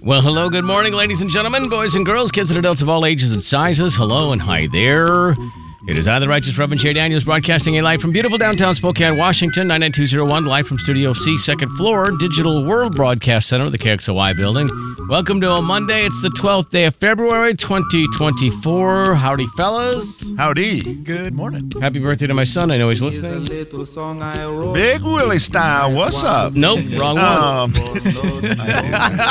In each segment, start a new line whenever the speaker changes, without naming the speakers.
Well, hello, good morning, ladies and gentlemen, boys and girls, kids and adults of all ages and sizes. Hello and hi there. It is I, the Righteous Reverend Jay Daniels, broadcasting a live from beautiful downtown Spokane, Washington, 99201, live from Studio C, second floor, Digital World Broadcast Center, the KXOY building. Welcome to a Monday. It's the 12th day of February, 2024. Howdy, fellas.
Howdy. Good morning.
Happy birthday to my son. I know he's listening.
Big Willie style. What's up?
Nope, wrong one.
Um,
wrong one.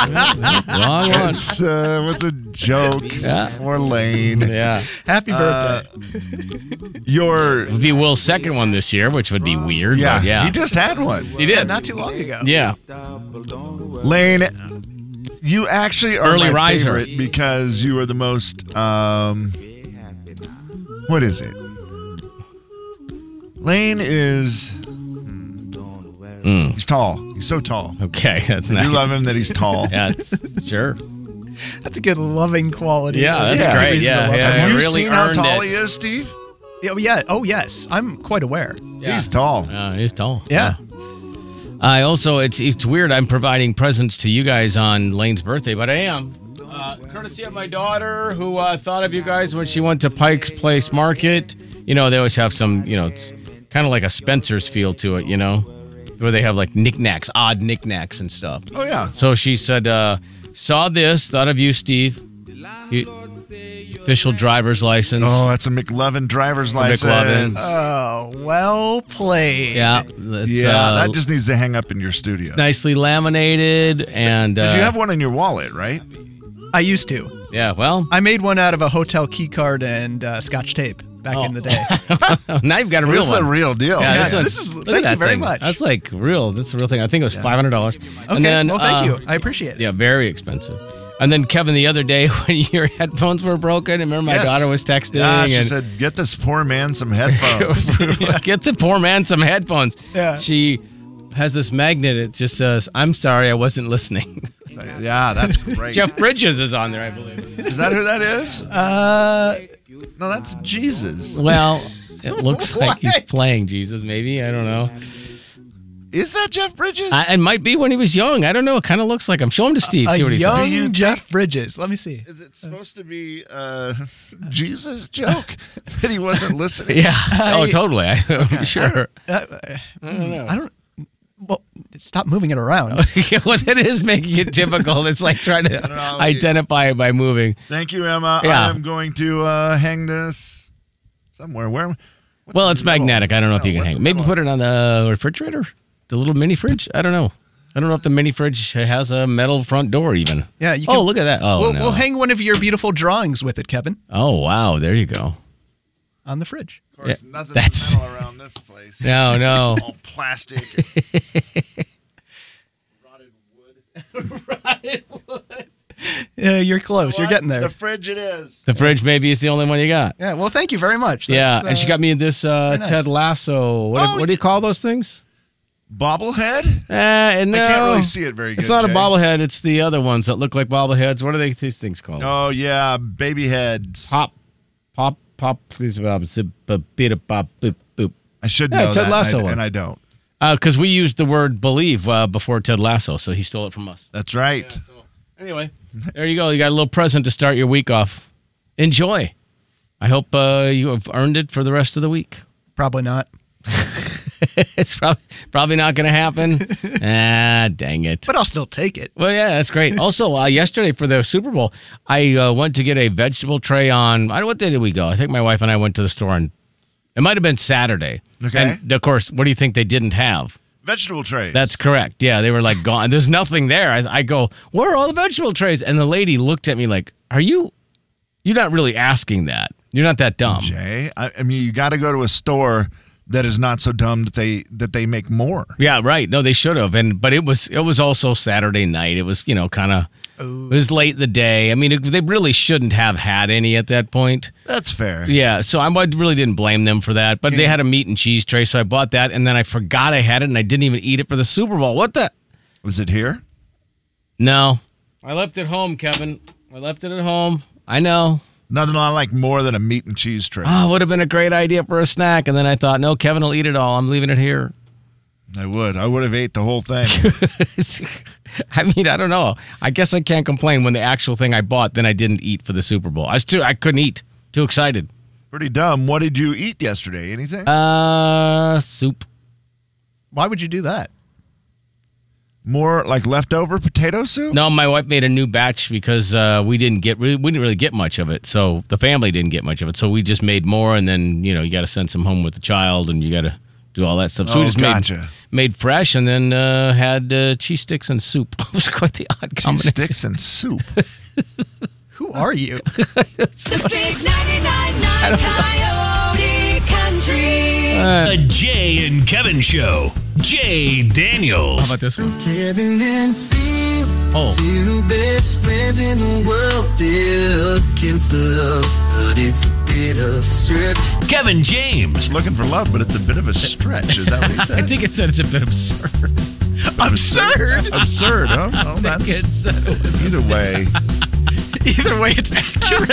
it's, uh, what's a joke?
Yeah.
Or lane.
Yeah.
Happy birthday. your
It'd be Will's second one this year, which would be weird.
yeah,
but yeah.
He just had one.
He did.
not too long ago.
yeah.
Lane, you actually are
Early
my
riser.
favorite because you are the most. Um, what is it? Lane is.
Hmm.
He's tall. He's so tall.
Okay. That's nice.
You love him that he's tall.
yeah. that's- sure.
That's a good loving quality.
Yeah, that's
Yeah.
great.
Reason to
Yeah.
love
yeah.
Have
I
you
really
seen how
earned
tall
it.
he is, Steve?
Yeah, well, yeah. Oh, yes. I'm quite aware.
Yeah.
He's tall.
Uh, he's tall.
Yeah.
I also it's it's weird. I'm providing presents to you guys on Lane's birthday, but I am. Uh, courtesy of my daughter, who uh, thought of you guys when she went to Pike's Place Market. You know, they always have some. You know, it's kind of like a Spencer's feel to it. You know, where they have like knickknacks, odd knickknacks and stuff.
Oh yeah.
So she said, uh, "Saw this, thought of you, Steve." You- official driver's license.
Oh, that's a McLovin driver's license.
McLovin.
Oh, well played.
Uh, yeah, it's,
yeah,
uh,
that just needs to hang up in your studio.
nicely laminated and uh,
Did you have one in your wallet, right?
I used to.
yeah. Well,
I made one out of a hotel key card and uh, scotch tape back in the
Oh.
day.
now you've got a real
This is
one.
the real deal.
Yeah,
Yeah,
one's-
this is-
look at
thank you
that
very
thing.
much.
That's like real. That's a real thing. I think it was five hundred dollars. uh,
Okay. well, thank you. I appreciate it.
Yeah, very expensive. And then Kevin, the other day when your headphones were broken, remember my
Yes.
daughter was texting
Ah, she
and
said, "Get this poor man some headphones."
get the poor man some headphones.
Yeah.
She has this magnet. It just says, "I'm sorry, I wasn't listening."
yeah, that's great.
Jeff Bridges is on there, I believe.
Is that who that is?
Uh,
No, that's Jesus.
Well, it looks like he's
What?
playing Jesus. Maybe I don't know.
Is that Jeff Bridges?
I, it might be when he was young. I don't know. It kind of looks like him. Show him to Steve.
a
see what he says.
young
Do you
Jeff Bridges. Let me see.
is it supposed to be uh, Jesus joke that he wasn't listening?
Yeah. oh, totally. I, am sure.
I don't. Well, stop moving it around.
Oh. well, that is making it difficult. It's like trying to
know.
identify it by moving.
Thank you, Emma.
Yeah.
I am going to uh, hang this somewhere. Where? am- what's
Well,
the
it's
middle?
magnetic. I don't know if
No,
you can
Oh, what's
hang.
the
it. Maybe
middle?
put it on the refrigerator, the little mini fridge. I don't know. I don't know if the mini fridge has a metal front door even.
Yeah, you
oh,
can-
look at that. Oh,
we'll,
no.
we'll hang one of your beautiful drawings with it, Kevin,
oh, wow. There you go.
on the fridge.
Of course,
Yeah,
nothing's
that's-
metal around this place.
No, no.
All plastic.
Yeah, Uh, you're close. You're getting there.
The fridge it is.
the fridge maybe is the only one you got.
Yeah. Well, thank you very much.
yeah,
That's,
and she
uh,
got me this uh,
very nice.
Ted Lasso. What,
Oh,
what do you call those things?
Bobblehead?
Eh, and no,
I can't really see it very good.
It's not
Jay.
a bobblehead. It's the other ones that look like bobbleheads. What are they? These things called?
Oh yeah, baby heads.
Pop, pop, pop. Please, bob, zip, bop, beat a bop, boop, boop.
I should
Yeah,
know
Ted
that,
Lasso
and I,
one.
and I don't.
Because we used the word believe uh, before Ted Lasso, so he stole it from us.
That's right.
Anyway, there you go. You got a little present to start your week off. Enjoy. I hope uh, you have earned it for the rest of the week.
uh, probably not.
it's prob- probably not going to happen. ah, dang it.
But I'll still take it.
Well, yeah, that's great. Also, uh, yesterday for the Super Bowl, I uh, went to get a vegetable tray on. I don't what day did we go? I think my wife and I went to the store, and it might have been Saturday.
Okay.
And of course, what do you think they didn't have?
vegetable trays.
That's correct. Yeah, they were like gone. There's nothing there. I, I go, where are all the vegetable trays? And the lady looked at me like, are you? You're not really asking that. You're not that dumb.
Jay. I, I mean, you got to go to a store that is not so dumb that they that they make more.
Yeah, right. No, they should have. And but it was it was also Saturday night. It was you know kind of it was late in the day. I mean, it, they really shouldn't have had any at that point.
That's fair.
Yeah, so I'm- I really didn't blame them for that. But they had a meat and cheese tray, so I bought that, and then I forgot I had it, and I didn't even eat it for the Super Bowl. What the?
Was it here?
No, I left it home, Kevin. I left it at home. I know.
Nothing I like more than a meat and cheese tray.
Oh, would have been a great idea for a snack. And then I thought, no, Kevin will eat it all. I'm leaving it here.
I would. I would have ate the whole thing.
I mean, I don't know. I guess I can't complain when the actual thing I bought then I didn't eat for the Super Bowl. I was too I couldn't eat. Too excited.
Pretty dumb. What did you eat yesterday? Anything?
Uh soup.
Why would you do that?
more like leftover potato soup?
No, my wife made a new batch because uh, we didn't get we didn't really get much of it. So the family didn't get much of it. So we just made more and then, you know, you got to send some home with the child and you got to do all that stuff. So
Oh,
we just
gotcha.
made made fresh and then uh, had uh, cheese sticks and soup. it was quite the odd
Cheese
combination.
sticks and soup.
Who are you?
The big 99.9 Coyote Country.
The Jay and Kevin Show. Jay
How
Daniels.
about this one?
Kevin and Steve,
Oh.
two best friends in the world. They're looking for love, but it's a bit of stretch.
Kevin James.
Looking for love, but it's a bit of a stretch. Is that what he said?
I think it said it's a bit absurd.
Absurd.
absurd. Huh? Well, that's either way.
Either way, it's accurate.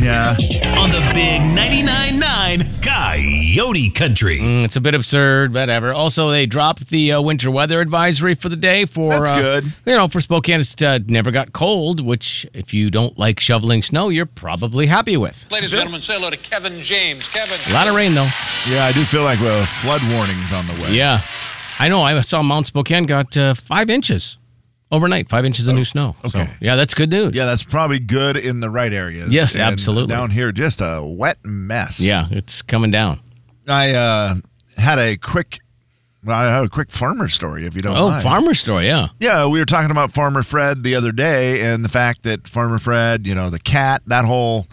Yeah.
On the big 99.9 Coyote Country.
Mm, It's a bit absurd, whatever. Also, they dropped the uh, winter weather advisory for the day for
That's
uh,
good.
You know, for Spokane, it's uh, never got cold, which if you don't like shoveling snow, you're probably happy with.
Ladies and gentlemen, say hello to Kevin James. Kevin.
A lot of rain though.
Yeah, I do feel like well, flood warnings on the way.
Yeah, I know. I saw Mount Spokane got uh, five inches overnight. Five inches of new snow. So,
Oh, okay.
yeah, that's good news.
Yeah, that's probably good in the right areas.
Yes,
And
absolutely.
Down here, just a wet mess.
yeah, it's coming down.
I uh, had a quick, well, I had a quick farmer story. If you don't,
Oh,
mind.
farmer store. Yeah.
Yeah, we were talking about Farmer Fred the other day, and the fact that Farmer Fred, you know, the cat, that whole,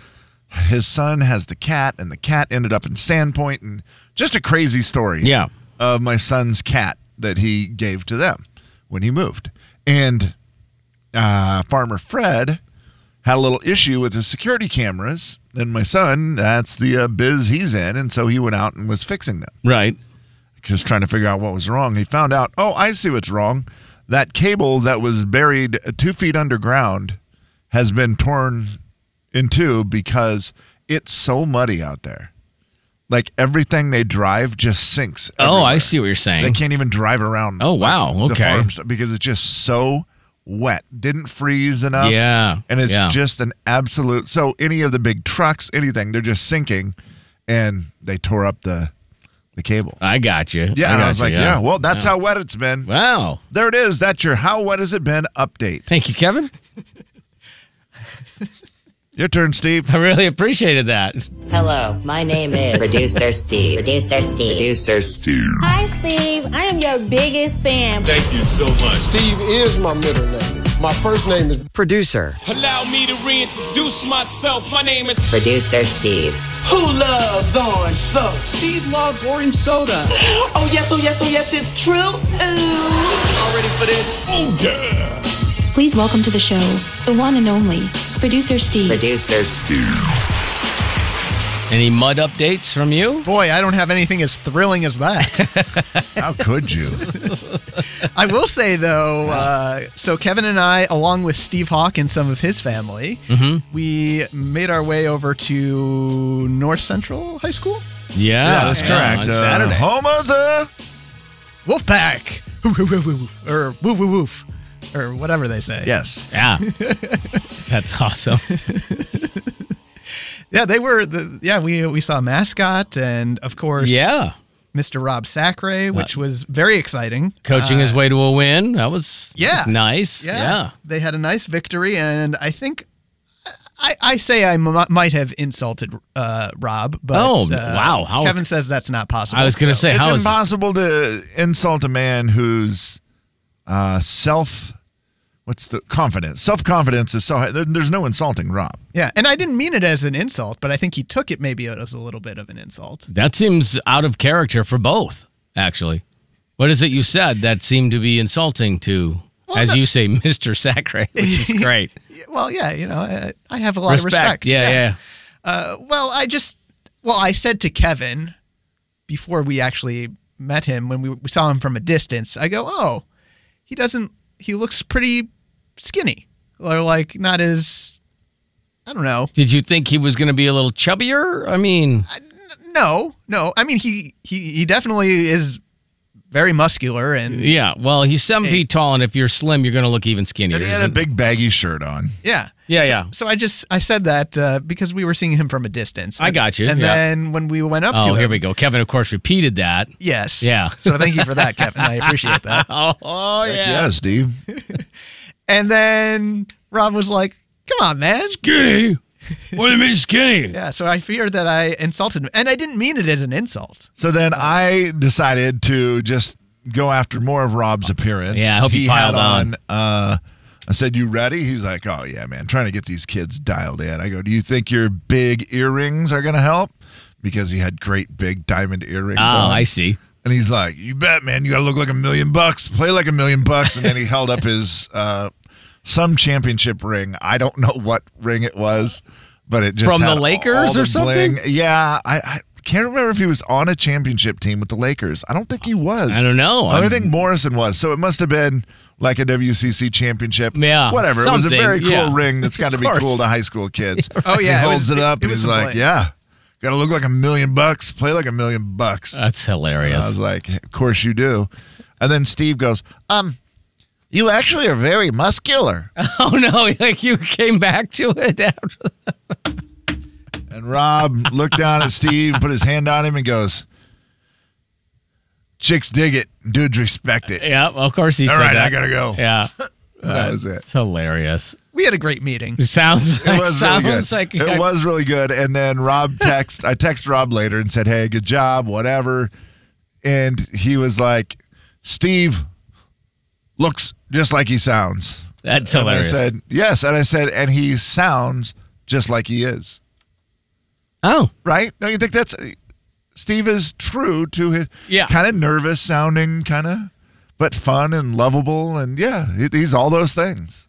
his son has the cat, and the cat ended up in Sandpoint, and just a crazy story.
Yeah.
of my son's cat that he gave to them when he moved. And uh, Farmer Fred had a little issue with his security cameras. And my son, that's the uh, biz he's in. And so he went out and was fixing them,
Right.
just trying to figure out what was wrong. He found out, oh, I see what's wrong. That cable that was buried two feet underground has been torn in two because it's so muddy out there. Like everything they drive just sinks.
Oh, I
everywhere.
see what you're saying.
They can't even drive around.
Oh, wow.
the
Okay.
farms because it's just so wet. Didn't freeze enough.
Yeah,
And it's
yeah.
just an absolute. So any of the big trucks, anything, they're just sinking, and they tore up the the cable.
I got you.
Yeah. and I
got
was
you,
like, yeah. Well, that's how wet it's been.
Wow.
There it is. That's your how wet has it been update.
Thank you, Kevin.
Your turn, Steve.
I really appreciated that.
Hello, my name is Producer Steve. Producer Steve. Producer Steve.
Hi, Steve. I am your biggest fan.
Thank you so much.
Steve is my middle name. My first name is
Producer.
Allow me to reintroduce myself. My name is.
Producer Steve.
Who loves orange soda? Steve loves orange soda. oh yes, oh yes, oh yes, it's true. Ooh. All ready for this?
Oh, yeah.
Please welcome to the show the one and only producer Steve.
Producer Steve.
Any mud updates from you?
Boy, I don't have anything as thrilling as that.
How could you?
I will say though, uh, so Kevin and I, along with Steve Hawk and some of his family,
Mm-hmm.
we made our way over to North Central High School.
Yeah,
Uh,
On Saturday.
home of the
Wolfpack, Hoo, hoo, hoo, hoo, hoo. or woo woo woof, or whatever they say.
yes.
yeah, that's awesome.
yeah, they were. The, yeah, we we saw mascot and of course,
yeah, Uh,
Mr. Rob Sacre, which was very exciting.
coaching his way to a win. That was that was
yeah.
nice.
Yeah. They had a nice victory, and I think I, I say I m- might have insulted uh, Rob, but
Oh,
uh,
wow, how-
Kevin says that's not possible.
So it's impossible to insult a man who's uh, self. What's the confidence? Self confidence is so high. There, there's no insulting Rob.
Yeah, and I didn't mean it as an insult, but I think he took it maybe as a little bit of an insult.
That seems out of character for both, actually. What is it you said that seemed to be insulting to, as
no-
you say, Mr. Sacre, which is great.
Well, yeah, you know, I, I have a lot of respect.
Yeah, yeah.
Uh, well, I just, well, I said to Kevin before we actually met him, when we, we saw him from a distance, I go, oh, he doesn't, he looks pretty skinny or like not as, I don't know.
Did you think he was going to be a little chubbier? I mean,
No, no. I mean, he, he, he definitely is very muscular and
yeah. Well, he's seven feet tall, and if you're slim, you're going to look even skinnier.
And he had a
big baggy shirt on.
Yeah.
Yeah,
so,
yeah.
So I just I said that uh, because we were seeing him from a distance.
I got you,
And
yeah.
then when we went up to
Oh,
him,
here we go. Kevin, of course, repeated that.
Yes.
Yeah.
So thank you for that, Kevin. I appreciate that.
oh, oh yeah.
Yeah, Steve.
And then Rob was like, "Come on, man,
skinny." What do you mean skinny?
Yeah. So I feared that I insulted him, and I didn't mean it as an insult.
So then I decided to just go after more of Rob's appearance.
Yeah, I hope you
he
piled
had
on.
uh, I said, "You ready?" He's like, "Oh yeah, man, trying to get these kids dialed in." I go, "Do you think your big earrings are gonna help?" Because he had great big diamond earrings.
Oh,
on.
I see.
And he's like, "You bet, man. You gotta look like a million bucks, play like a million bucks." And then he held up his uh, some championship ring. I don't know what ring it was, but it just
From the
had all
Lakers
the
or something?
bling. Yeah, I, I can't remember if he was on a championship team with the Lakers. I don't think he was.
I don't know.
I
I'm-
don't think Morrison was. So it must have been like a WCC championship.
Yeah,
whatever. It was
something,
a very cool
yeah.
ring that's got to
Of
be
course.
cool to high school kids.
Oh, yeah, it
he holds
was-
it, up
it
and
was
he's
some
like,
bling.
"Yeah." Got to look like a million bucks, play like a million bucks.
That's hilarious.
I was like, of course you do. And then Steve goes, um, you actually are very muscular.
Oh no! Like you came back to it after.
And Rob looked down at Steve, put his hand on him, and goes, chicks dig it, dudes respect it.
Yeah, of course he
All
said
right,
that.
I gotta go.
Yeah,
That was it.
It's hilarious.
We had a great meeting.
It sounds like,
It was really
sounds
good.
like
it was really good. And then Rob text I text Rob later and said, "Hey, good job, whatever." And he was like, "Steve looks just like he sounds."
That's
And
hilarious.
I said, "Yes," and I said, "And he sounds just like he is."
Oh,
right? Don't you think that's Steve is true to his
Yeah.
kind of nervous sounding, kind of, but fun and lovable, and yeah, he- he's all those things.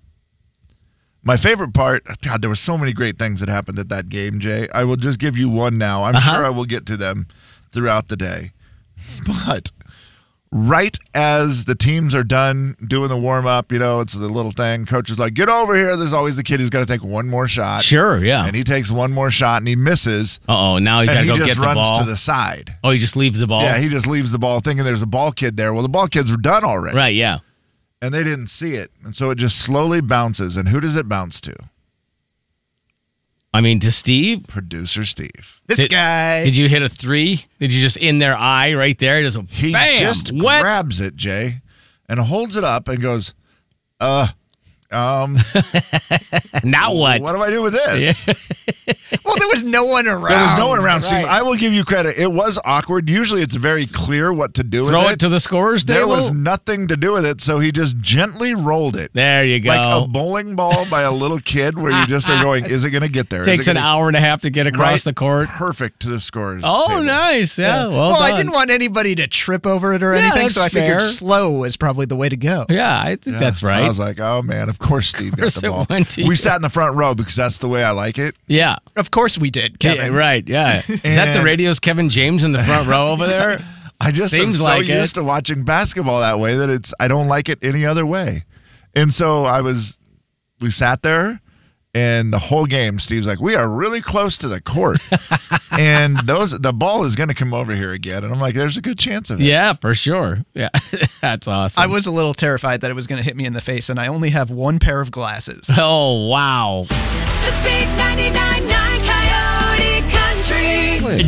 My favorite part, God, there were so many great things that happened at that game, Jay. I will just give you one now. I'm
Uh-huh.
sure I will get to them throughout the day. But right as the teams are done doing the warm up, you know, it's the little thing. Coach is like, get over here. There's always the kid who's going to take one more shot.
Sure, yeah.
And he takes one more shot and he misses.
Uh oh, now you
and
gotta
he
go
just
get the
runs
ball.
to the side.
oh, he just leaves the ball.
Yeah, he just leaves the ball thinking there's a ball kid there. Well, the ball kids were done already.
right. Yeah.
And they didn't see it. And so it just slowly bounces. And who does it bounce to?
I mean, to Steve.
Producer Steve.
This
Did-
guy.
Did you hit a three? Did you just in their eye right there? Just
He
bam,
just
what?
grabs it, Jay, and holds it up and goes, uh, um,
now what?
what do I do with this?
well, there was no one around.
There was no one around,
Right.
Steve. I will give you credit. It was awkward. Usually it's very clear what to do
Throw
with
it, to the scorers
There
table.
was nothing to do with it, so he just gently rolled it.
there you go.
Like a bowling ball by a little kid where you just are going, is it going to get there? Is
Takes
it
an
gonna-
hour and a half to get across
Right.
the court.
Perfect to the scores.
Oh,
table.
nice. Yeah. Well,
well, I
done.
didn't want anybody to trip over it or
Yeah,
anything,
that's
so I
fair.
figured slow was probably the way to go.
Yeah, I think
Yeah.
that's right.
I was like, oh man, of course Steve
course
got
it
the ball.
went to you.
We sat in the front row because that's the way I like it.
yeah.
Of course we did, Kevin.
Yeah, right. Yeah. Is that the
And-
radio's Kevin James in the front row over there?
I just
Seems
am so
like it.
used to watching basketball that way that it's I don't like it any other way. And so I was we sat there and the whole game Steve's like, "We are really close to the court." and those the ball is going to come over here again. And I'm like, "There's a good chance of it."
Yeah, for sure. Yeah. That's awesome.
I was a little terrified that it was going to hit me in the face, and I only have one pair of glasses.
Oh, wow.
The big 99.9 Coyote Country.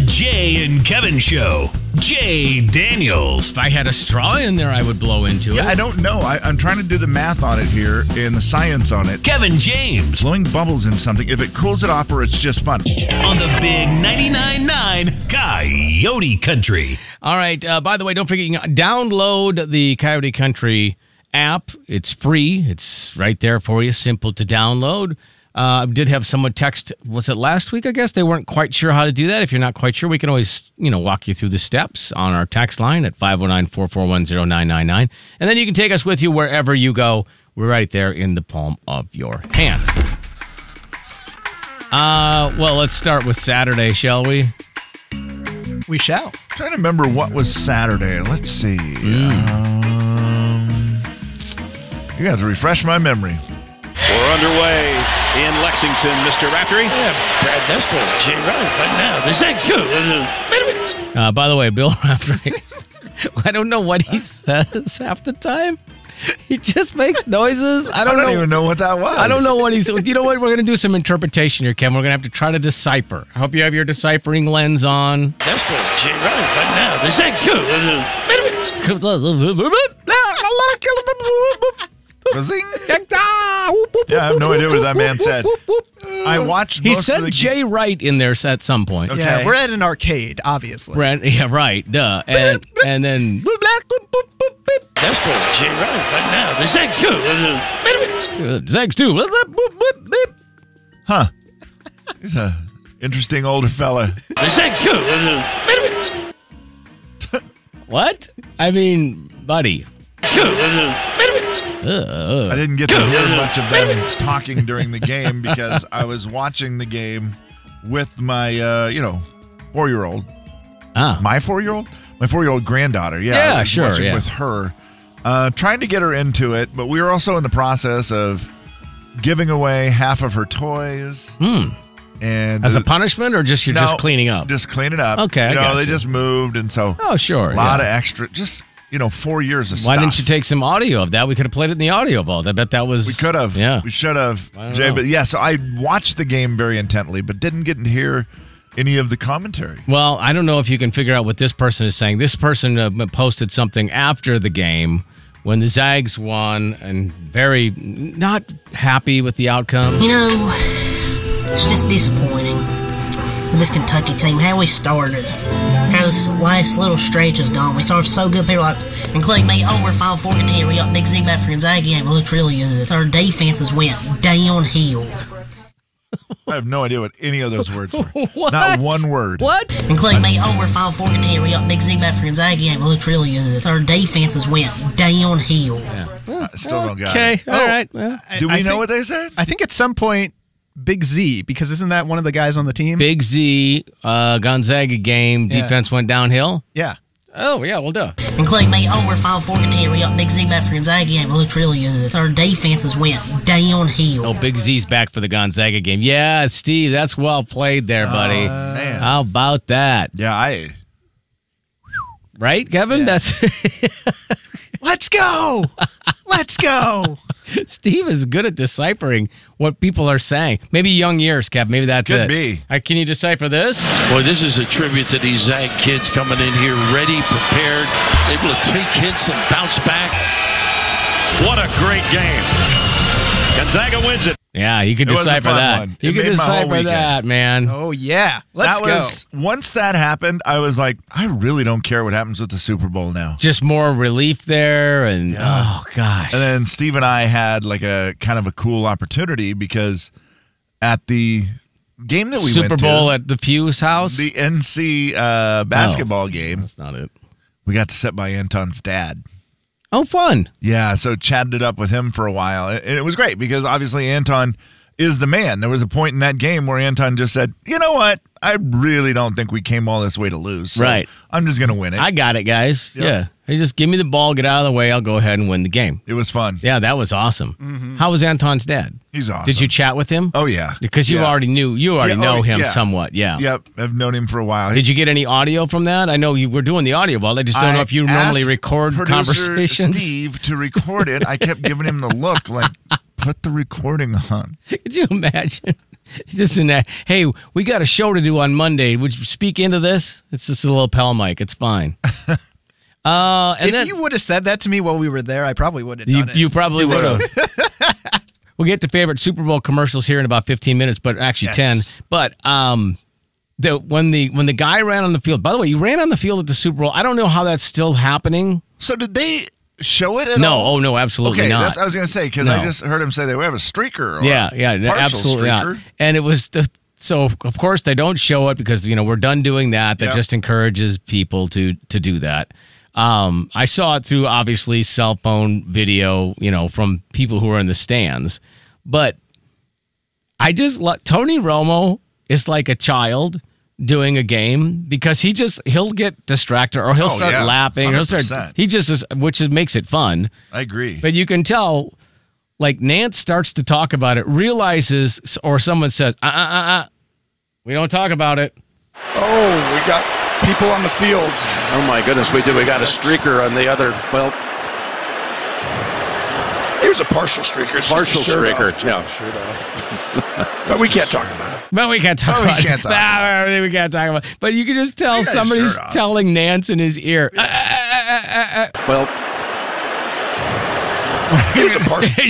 Jay Jay and Kevin Show. Jay Daniels.
If I had a straw in there, I would blow into
Yeah, I don't know. I, I'm trying to do the math on it here and the science on it.
Kevin James.
Blowing bubbles in something, if it cools it off or it's just fun.
On the big 99.9 Coyote Country.
All right. Uh, by the way, don't forget you can download the Coyote Country app. It's free. It's right there for you. Simple to download. Uh, I did have someone text. Was it last week? I guess they weren't quite sure how to do that. If you're not quite sure, we can always you know walk you through the steps on our text line at 509-441-0999. and then you can take us with you wherever you go. We're right there in the palm of your hand. Uh, well, let's start with Saturday, shall we?
We shall.
trying to remember what was Saturday. Let's see. Um, you guys refresh my memory.
We're underway in Lexington, Mr. Raftery. Yeah, Brad Nestler. Jay Ryan, right now. This thing's good.
Uh, by the way, Bill Raftery, I don't know what he says half the time. He just makes noises. I don't,
I don't
know.
even know what that was.
I don't know what he's. You know what? We're going to do some interpretation here, Kevin. We're going to have to try to decipher. I hope you have your deciphering lens on.
Nestler. Jay Ryan, right now. This thing's good.
Yeah, I have no idea what that man said. I watched.
He
most of
said
the-
Jay Wright in there at some point.
Yeah, we're at an arcade, obviously.
Brent, yeah, right. Duh. And and then
Nestler. Jay Ryan, right now. This thing's good.
uh, Zags too.
Huh. He's a interesting older fella.
This thing's good.
What? I mean, buddy.
It's good.
Uh,
I didn't get to hear much of them talking during the game because I was watching the game with my, uh, you know, four year old.
Ah.
My four year old? My four year old granddaughter. Yeah. I
Yeah,
was
sure,
watching
yeah.
With her, uh, trying to get her into it, but we were also in the process of giving away half of her toys.
Hmm.
And
As a punishment, or just you're just
No,
cleaning up?
Just clean it up.
Okay, I
You know, they
gotcha.
just moved, and so
oh, sure.
a lot
yeah.
of extra, just, you know, four years of
Why
stuff.
didn't you take some audio of that? We could have played it in the audio vault. I bet that was.
We could have.
Yeah.
We should have.
I don't
Jay,
know.
but yeah, so I watched the game very intently, but didn't get to hear any of the commentary.
Well, I don't know if you can figure out what this person is saying. This person uh, posted something after the game when the Zags won and very not happy with the outcome.
You know, it's just disappointing. This Kentucky team, how we started, how this last little stretch has gone. We started so good. People like, including me, oh, we're 5 4 and 10. We got Big Z back for Gonzaga game. It looks really good. Our defenses went downhill.
I have no idea what any of those words were. Not one word.
What?
Including me, oh, we're 5 4 and 10. We got Big Z back for Gonzaga game. It looks really good. Our defenses went downhill.
I still don't got
Okay.
it. Oh.
All right. Well,
Do we
I
know
think-
what they said?
I think at some point, Big Z, because isn't that one of the guys on the team?
Big Z, uh, Gonzaga game,
Yeah.
defense went downhill.
Yeah.
Oh, yeah, well, duh.
Including me, oh, we're 5 4 and 10. We got Big Z back for Gonzaga game. It looks really good. Our defenses went downhill.
Oh, Big Z's back for the Gonzaga game. Yeah, Steve, that's well played there, buddy.
Oh, Man.
How about that?
yeah, I.
Right, Kevin? That's
Let's go. Let's go.
Steve is good at deciphering what people are saying. Maybe young years, Kev. Maybe that's
Could
it.
be.
Uh, can you decipher this?
Boy, this is a tribute to these Zag kids coming in here ready, prepared, able to take hits and bounce back.
What a great game. Gonzaga wins it.
Yeah, you could
It was a
decipher
fun
that.
one.
You
It
could
made my whole
decipher
weekend.
that, man.
Oh, yeah. Let's
that
go.
was once that happened, I was like, I really don't care what happens with the Super Bowl now.
Just more relief there, and oh gosh.
And then Steve and I had like a kind of a cool opportunity because at the game that we
Super
went
Bowl
to,
at the Fuse house.
the NC uh, basketball
Oh.
game,
that's not it.
we got to sit by Anton's dad.
Oh, fun.
Yeah, so chatted it up with him for a while. And it was great because obviously Anton is the man. There was a point in that game where Anton just said, "You know what? I really don't think we came all this way to lose. So
Right.
I'm just going to win it."
I got it, guys.
Yep.
Yeah. Hey, just give me the ball, get out of the way. I'll go ahead and win the game.
it was fun.
Yeah, that was awesome. How was Anton's dad?
Mm-hmm. He's awesome.
Did you chat with him?
Oh yeah.
Because you
Yeah.
already knew, you already
Yeah,
know
oh,
him
yeah.
somewhat. Yeah.
Yep, I've known him for a while.
Did you get any audio from that? I know you were doing the audio ball. I just don't know if you
I
normally
asked
record
producer
conversations.
Steve to record it. I kept giving him the look like, Put the recording on.
Could you imagine? Just in that. Hey, we got a show to do on Monday. Would you speak into this? It's just a little pal mic. It's fine. Uh, and
if
then
you would have said that to me while we were there, I probably would have
you,
done it.
you probably would have. we'll get to favorite Super Bowl commercials here in about 15 minutes, but actually
Yes.
10. But um, the when the when the guy ran on the field. By the way, you ran on the field at the Super Bowl. I don't know how that's still happening.
So did they show it at
no,
all?
oh no, absolutely
okay,
not.
That's, I was gonna say because I
No.
just heard him say that we have a streaker. Or
yeah,
a
yeah,
partial
absolutely
Streaker.
not. And it was the so of course they don't show it because you know we're done doing that. That
Yeah.
just encourages people to to do that. Um, I saw it through obviously cell phone video, you know, from people who are in the stands, but I just lo- Tony Romo is like a child doing a game because he just he'll get distracted or he'll
Oh,
start
yeah,
laughing. He'll start
100%.
he just is, which is, makes it fun.
I agree.
But you can tell, like Nance starts to talk about it, realizes, or someone says, "Uh, uh, uh, uh we don't talk about it."
Oh, we got people on the field.
Oh my goodness, we do. We got a streaker on the other. Well,
Here's a partial streaker. It's
Partial
just a shirt
streaker,
off.
yeah.
Shirt off. but we can't talk about it.
But we can't talk
Oh, we
about
can't
it.
talk
Nah, we can't talk about it. But you can just tell
got his
somebody's
shirt off.
telling Nance in his ear. "Uh,
well.
Here's a partial.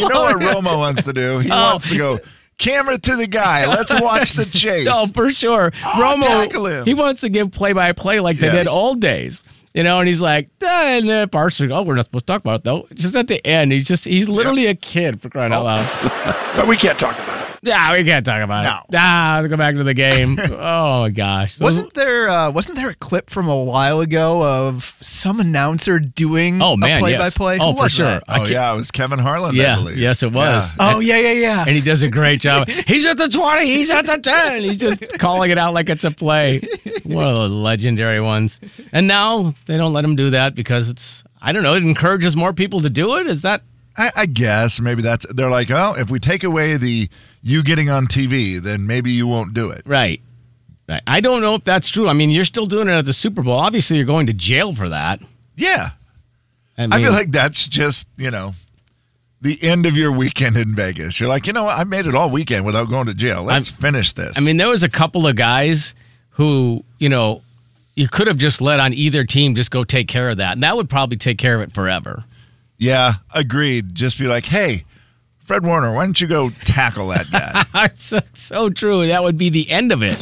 You know what Romo wants to do? He
Oh.
wants to go camera to the guy. Let's watch the chase.
Oh, for sure.
tackle
Romo,
him.
he wants to give play by play like they
Yes.
did old days. You know, and he's like, "Ah, and uh, Parsons, oh, we're not supposed to talk about it though. Just at the end, he's just, he's literally a kid for crying out loud.
but we can't talk about it.
Yeah, we can't talk about it. Ah, let's go back to the game. oh my gosh. So-
Wasn't there uh, wasn't there a clip from a while ago of some announcer doing
Oh, man,
a play by play?
yes. Oh, for sure. I
Oh
can't-
yeah, it was Kevin Harlan. I
yeah,
believe.
yes, it was.
Oh yeah, yeah, yeah.
And he does a great job. he's at the 20, he's at the 10. He's just calling it out like it's a play. One of the legendary ones. And now they don't let him do that because it's, I don't know, it encourages more people to do it. Is that?
I, I guess maybe that's they're like, oh, if we take away the you getting on TV, then maybe you won't do it.
Right. Right. I don't know if that's true. I mean, you're still doing it at the Super Bowl. Obviously, you're going to jail for that.
Yeah,
I,
I feel
mean-
like that's just you know the end of your weekend in Vegas. You're like, you know, what? I made it all weekend without going to jail. Let's finish this.
I mean, there was a couple of guys who, you know, you could have just let on either team just go take care of that. And that would probably take care of it forever.
yeah, agreed. Just be like, hey, Fred Warner, why don't you go tackle that guy?
so, so true. That would be the end of it.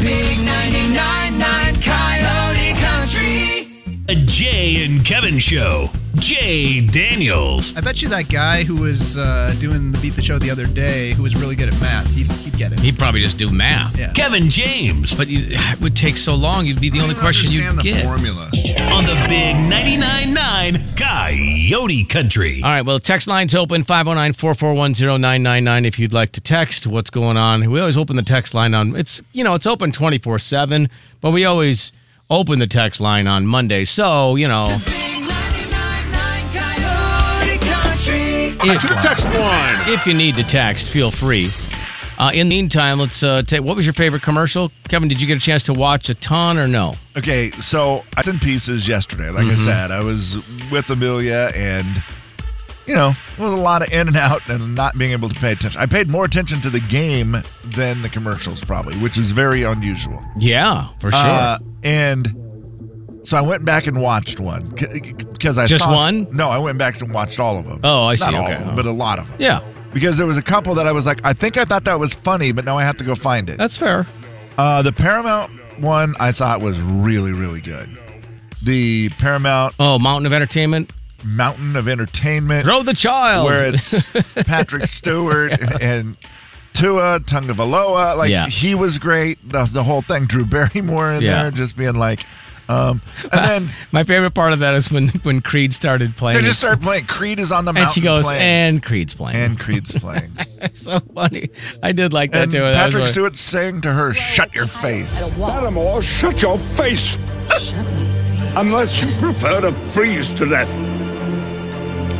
Big 99.9 Coyote Country.
A Jay and Kevin show. Jay Daniels.
I bet you that guy who was uh, doing the beat the show the other day, who was really good at math, he'd, he'd get it.
He'd probably just do math.
Kevin James.
But you, it would take so long. You'd be the only question you'd get.
formula.
On the big 99.9 Coyote Country.
All right. Well, text line's open 509 441 999 if you'd like to text what's going on. We always open the text line on, it's, you know, it's open 24 7, but we always open the text line on Monday. So, you know.
Coyote Country.
line. If you need to text, feel free. Uh, in the meantime, let's uh, take. What was your favorite commercial, Kevin? Did you get a chance to watch a ton or no?
Okay, so I was in pieces yesterday. Like I
Mhm.
said, I was with Amelia and you know, there was a lot of in and out and not being able to pay attention. I paid more attention to the game than the commercials probably, which is very unusual.
Yeah, for sure.
Uh, and so I went back and watched one because I
Just
saw-
one?
No, I went back and watched all of them.
Oh, I see.
Not all
Okay.
of them, but a lot of them.
yeah,
Because there was a couple that I was like, I think I thought that was funny, but now I have to go find it.
that's fair.
Uh, the Paramount one I thought was really, really good. The Paramount
Oh, Mountain of Entertainment.
Mountain of Entertainment.
Throw the child.
Where it's Patrick Stewart and Tua Tungavaloa. Like
Yeah.
he was great. The, the whole thing. Drew Barrymore in
Yeah. Uh,
there, just being like, um, and then
My favorite part of that is when when Creed started playing.
they just start playing. Creed is on the mountain
and she goes,
playing.
and Creed's playing.
And Creed's playing.
so funny. I did like that
and
too. That was
Patrick
really-
Stewart saying to her, "Shut your face."
Animal, shut your face! Unless you prefer to freeze to death.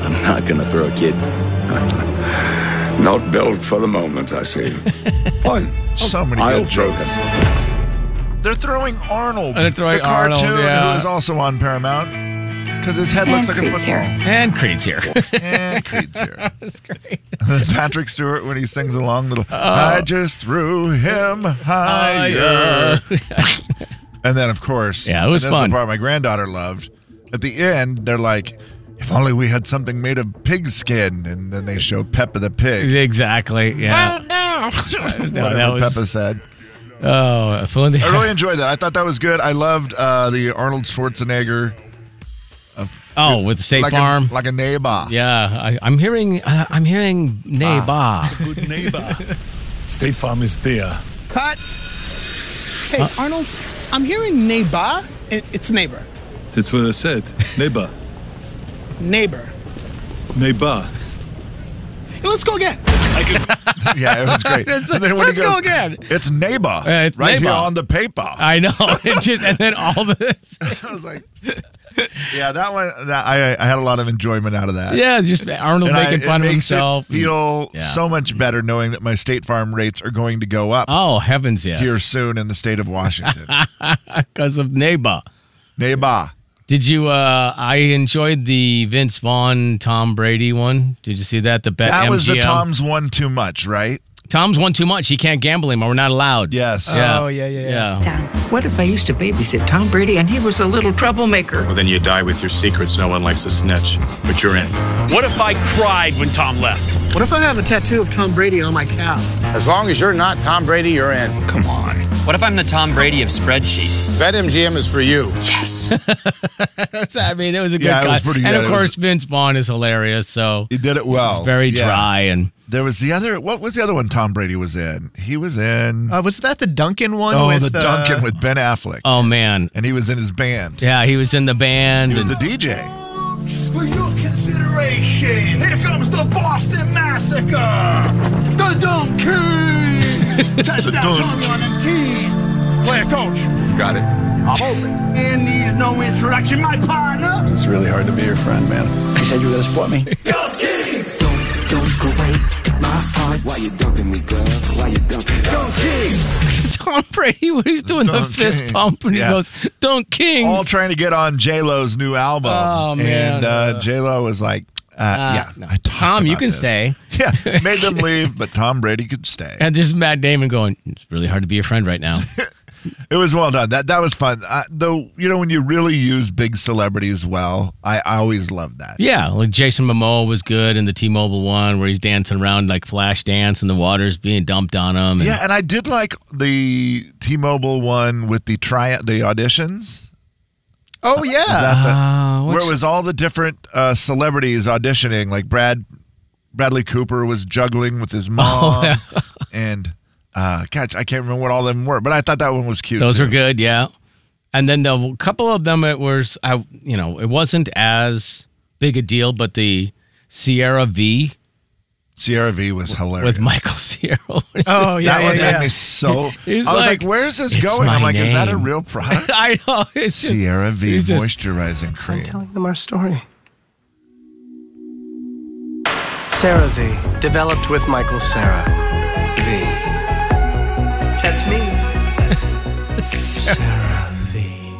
I'm not gonna throw a kid. not built for the moment, I say. Fine.
So many
I'll
good
throw him.
They're throwing Arnold.
They're throwing
the cartoon
Arnold, yeah.
who is also on Paramount. Because his head looks like a football.
And Creed's here.
And Creed's here. That's great. Patrick Stewart when he sings along, little.
Uh,
I just threw him higher. and then, of course,
Yeah, it was
and this is
fun.
the part my granddaughter loved. At the end, they're like, "If only we had something made of pig skin," and then they show Peppa the pig.
Exactly. Yeah.
no.
No, that was-
Peppa said.
Oh, if only they
I really enjoyed that. I thought that was good. I loved uh, the Arnold Schwarzenegger.
Oh, with State
like
Farm.
a, like a neighbor.
yeah, I, I'm hearing. Uh, I'm hearing nay bah.
Good neighbor. State Farm is there.
Cut. Hey, Arnold, I'm hearing neighbor. I- It's neighbor.
That's what I said. Neighbor.
Neighbor.
neighbor.
Hey, let's go again.
yeah, it was great.
It's-
And then when he
let's go
goes,
again.
It's neighbor.
Uh, it's
right here
neighbor.
on the paper.
I know. It just, and then all the.
I was like, yeah, that one. That, I I had a lot of enjoyment out of that.
Yeah, just Arnold
And I-
making
it
fun of
makes it
himself.
feel
Yeah.
so much better knowing that my State Farm rates are going to go up.
Oh heavens, yes.
here soon in the state of Washington.
because of Neba.
Neba.
Did you? uh I enjoyed the Vince Vaughn Tom Brady one. Did you see that? The bet
that was the
MGM?
Tom's one too much, right?
Tom's won too much. He can't gamble anymore. We're not allowed.
Yes.
Yeah.
Oh,
yeah, yeah,
What if I used to babysit Tom Brady and he was a little troublemaker?
Well, then you die with your secrets. No one likes a snitch, but you're in. What if I cried when Tom left?
What if I have a tattoo of Tom Brady on my calf?
As long as you're not Tom Brady, you're in. Come on. What if I'm the Tom Brady of spreadsheets? BetMGM is for you. Yes.
I mean, it was a good
Yeah, it
guy.
was pretty
and
good.
of
It was-
course, Vince Vaughn is hilarious. So
he did it well.
It's very
Yeah.
dry and
There was the other. What was the other one? Tom Brady was in. He was in.
Uh, was that the Duncan one?
oh,
with,
the Duncan
uh,
with Ben Affleck.
Oh man.
And he was in his band.
yeah, he was in the band.
He was the
and-
DJ.
For your consideration, here comes the Boston Massacre! The Dunkies!
The
Touchdown
Dunk.
Tommy on them keys! Player coach,
Got it.
I'm
Oh.
open. And needs no introduction, my partner!
It's really hard to be your friend, man. You said you were going to support me.
Tom Brady when he's doing the
Dunk
fist
King.
pump and
Yeah.
he goes, Dunk Kings.
All trying to get on J Lo's new album.
Oh, man.
And uh, J Lo was like, uh, "Yeah, I talked
Tom, you
about
can
this.
stay.
Yeah, made them leave, but Tom Brady could stay.
And there's Matt Damon going, It's really hard to be a friend right now.
It was well done. That that was fun. Uh, though, you know, when you really use big celebrities well, I, I always love that.
yeah, like Jason Momoa was good in the T Mobile one where he's dancing around like flash dance and the water's being dumped on him. And
Yeah, and I did like the T-Mobile one with the try the auditions.
Oh yeah.
Is that the- where
Ah,
what's-
it was all the different uh, celebrities auditioning? Like Brad, Bradley Cooper was juggling with his
Oh,
mom, and uh, gosh, I can't remember what all them were, but I thought that one was cute.
Those
too.
are good, yeah. And then the couple of them, it was, I, you know, it wasn't as big a deal, but the Sierra V
Sierra V was hilarious.
with Michael Sierra.
Oh, yeah,
that one
yeah, yeah.
made me so.
He's
I was like,
like,
"Where's this
"It's
going?"
my
I'm like, "Is that a
name."
real product?"
I know. It's just-
Sierra V
he's just-
moisturizing cream.
Telling them our story.
Sarah V. Developed with Michael Sarah. V. That's me. Sarah V.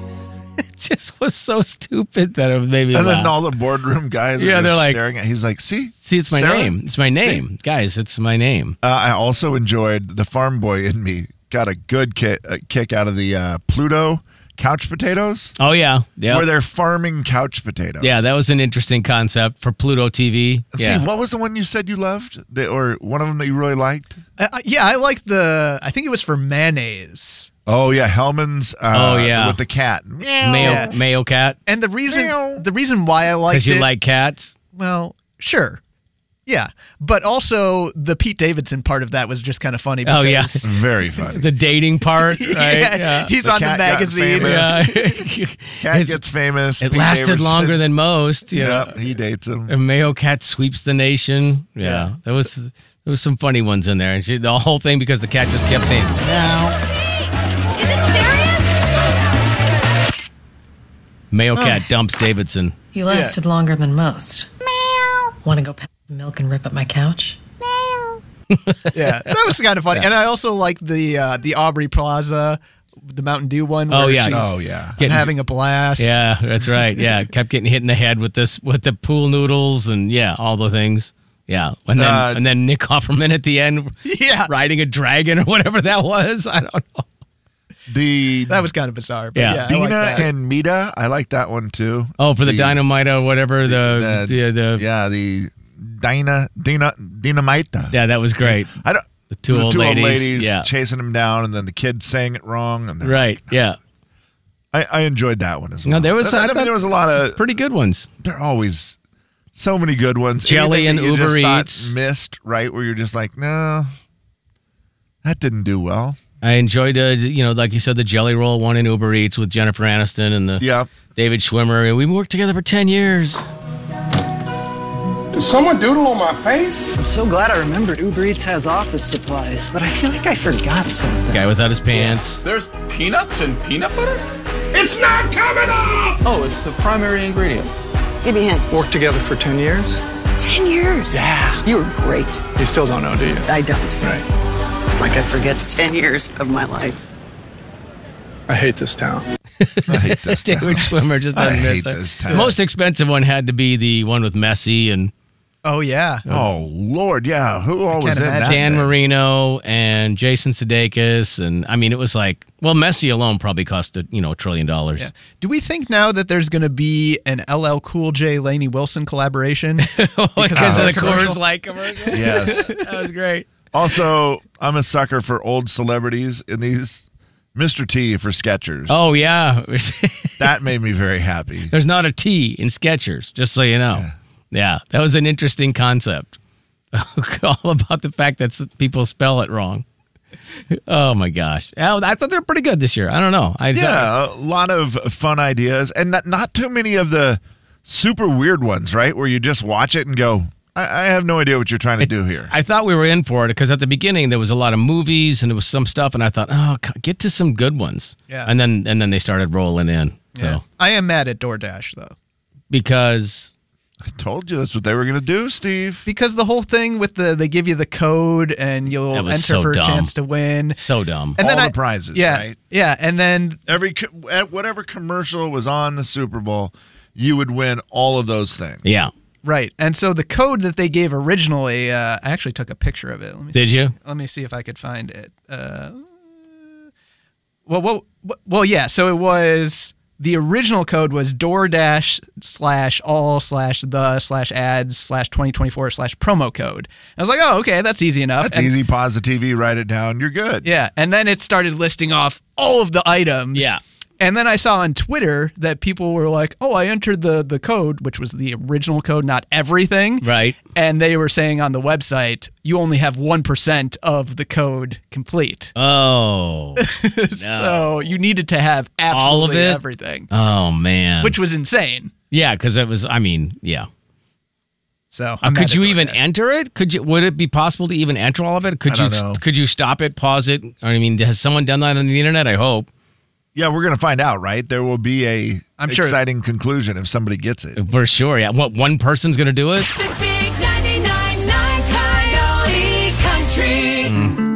it just was so stupid that it made me laugh.
and then all the boardroom guys
Yeah,
are
they're
just
like-
staring at. He's like, "See,
See, it's my
Sarah?"
name. It's my name, guys. It's my name.
Uh, I also enjoyed the farm boy in me. Got a good ki- uh kick out of the uh, Pluto couch potatoes.
Oh yeah, yeah,
Where they're farming couch potatoes.
yeah. That was an interesting concept for Pluto TV.
And
Yeah,
See, what was the one you said you loved, the, or one of them that you really liked?
Uh, uh, yeah, I like the. I think it was for mayonnaise.
Oh yeah, Hellman's. Uh,
Oh, yeah.
with the cat.
Mayo
Yeah.
Mayo Cat
And the reason the reason why I liked
because you
it,
like cats.
well, sure, yeah, but also the Pete Davidson part of that was just kind of funny.
Oh, yeah.
because-
Very funny.
The dating part, right?
Yeah, he's
The
on the
cat got
magazine.
famous.
Yeah.
Cat
It's-
gets famous.
It
Pete
lasted
Davidson-
longer than most. You
Yep,
know?
he dates him.
And Mayo Cat sweeps the nation. Yeah, there was there was some funny ones in there, and she, the whole thing because the cat just kept saying
Now,
Mayo
Oh.
Cat dumps Davidson.
You lasted longer than most. Want to go past the milk and rip up my couch?
yeah, that was kind of funny.
Yeah.
And I also like the uh, the Aubrey Plaza the Mountain Dew one.
Oh
where
yeah.
she's- I'm having a blast.
Yeah, that's right. Yeah, kept getting hit in the head with this with the pool noodles and yeah, all the things. Yeah, and then
Uh,
and then Nick Offerman at the end, yeah, riding a dragon or whatever that was. I don't know.
The
that was kind of bizarre. But
Yeah.
yeah, I like
Dina
that.
and Mita. I like that one too.
Oh, for the, dynamite or whatever the the, the,
yeah the Dina Dina Dynamita.
Yeah, that was great.
I don't.
The two old ladies, yeah.
chasing him down, and then the kid sang it wrong. And they're-
right. Yeah.
I, I enjoyed that one as well.
No, there was-
I,
I
mean,
thought-
there was a lot of
pretty good ones.
There are always so many good ones.
Jelly
Anything
and
that you just
Uber
thought
Eats.
missed right where you're just like, no, that didn't do well.
I enjoyed, uh, you know, like you said, the Jelly Roll one in Uber Eats with Jennifer Aniston and the David Schwimmer. We worked together for ten years.
Did someone doodle on my face?
I'm so glad I remembered Uber Eats has office supplies, but I feel like I forgot something.
Guy without his pants.
There's peanuts and peanut butter? It's not coming off! Oh, it's the primary ingredient. Give me hands. Worked together for 10 years? 10 years? Yeah. You were great. You still don't know, do you? I don't. Right. Like I forget 10 years of my life.
I hate this town.
I hate this David Schwimmer just doesn't
I
miss
hate
it.
this
The most expensive one had to be the one with Messi and
Oh yeah.
Oh Lord, yeah. Who all was in that?
Dan
thing?
Marino and Jason Sudeikis, and I mean, it was like, well, Messi alone probably cost a, you know a trillion dollars.
Yeah. Do we think now that there's going to be an LL Cool J Laney Wilson collaboration?
Oh,
because
Because of
that
the
commercial?
Coors Light commercial.
Yes.
that was great.
Also, I'm a sucker for old celebrities in these. Mr. T for Skechers.
Oh yeah,
that made me very happy.
There's not a T in Skechers, just so you know. Yeah, that was an interesting concept. All about the fact that s- people spell it wrong. Oh my gosh! Oh, I thought they were pretty good this year. I don't know. I
yeah, a lot of fun ideas, and not, not too many of the super weird ones, right? Where you just watch it and go, I, I have no idea what you're trying to do here.
I thought we were in for it because at the beginning there was a lot of movies and there was some stuff, and I thought, oh, c- get to some good ones.
Yeah.
And then and then they started rolling in. So
Yeah. I am mad at DoorDash though.
because
I told you that's what they were going to do, Steve.
Because the whole thing with the they give you the code and you'll
That
enter
was so
for
dumb.
a chance to win.
So dumb.
And then
All
I-
the prizes,
yeah,
right?
Yeah, and then
Every co- at whatever commercial was on the Super Bowl, you would win all of those things.
Yeah.
right, and so the code that they gave originally, uh, I actually took a picture of it. Let me
Did
see,
you?
Let me see if I could find it. Uh, well, well, well, yeah. So it was the original code was DoorDash slash all slash the slash ads slash twenty twenty four slash promo code. I was like, oh, okay, that's easy enough.
That's
And-
easy. Pause the TV, write it down. You're good.
Yeah, and then it started listing off all of the items.
Yeah.
And then I saw on Twitter that people were like, "Oh, I entered the the code, which was the original code, not everything."
Right.
And they were saying on the website, "You only have 1% of the code complete."
oh,
So, you needed to have absolutely
all of it,
everything,
Oh man,
which was insane.
yeah, because it was. I mean, yeah.
So
Uh, could you even enter it? Could you? Would it be possible to even enter all of it? Could
I
you?
don't know.
Could you stop it? Pause it? I mean, has someone done that on the internet? I hope.
Yeah, we're going to find out, right? There will be a
I'm sure-
exciting conclusion if somebody gets it.
For sure, yeah. What one person's gonna do it?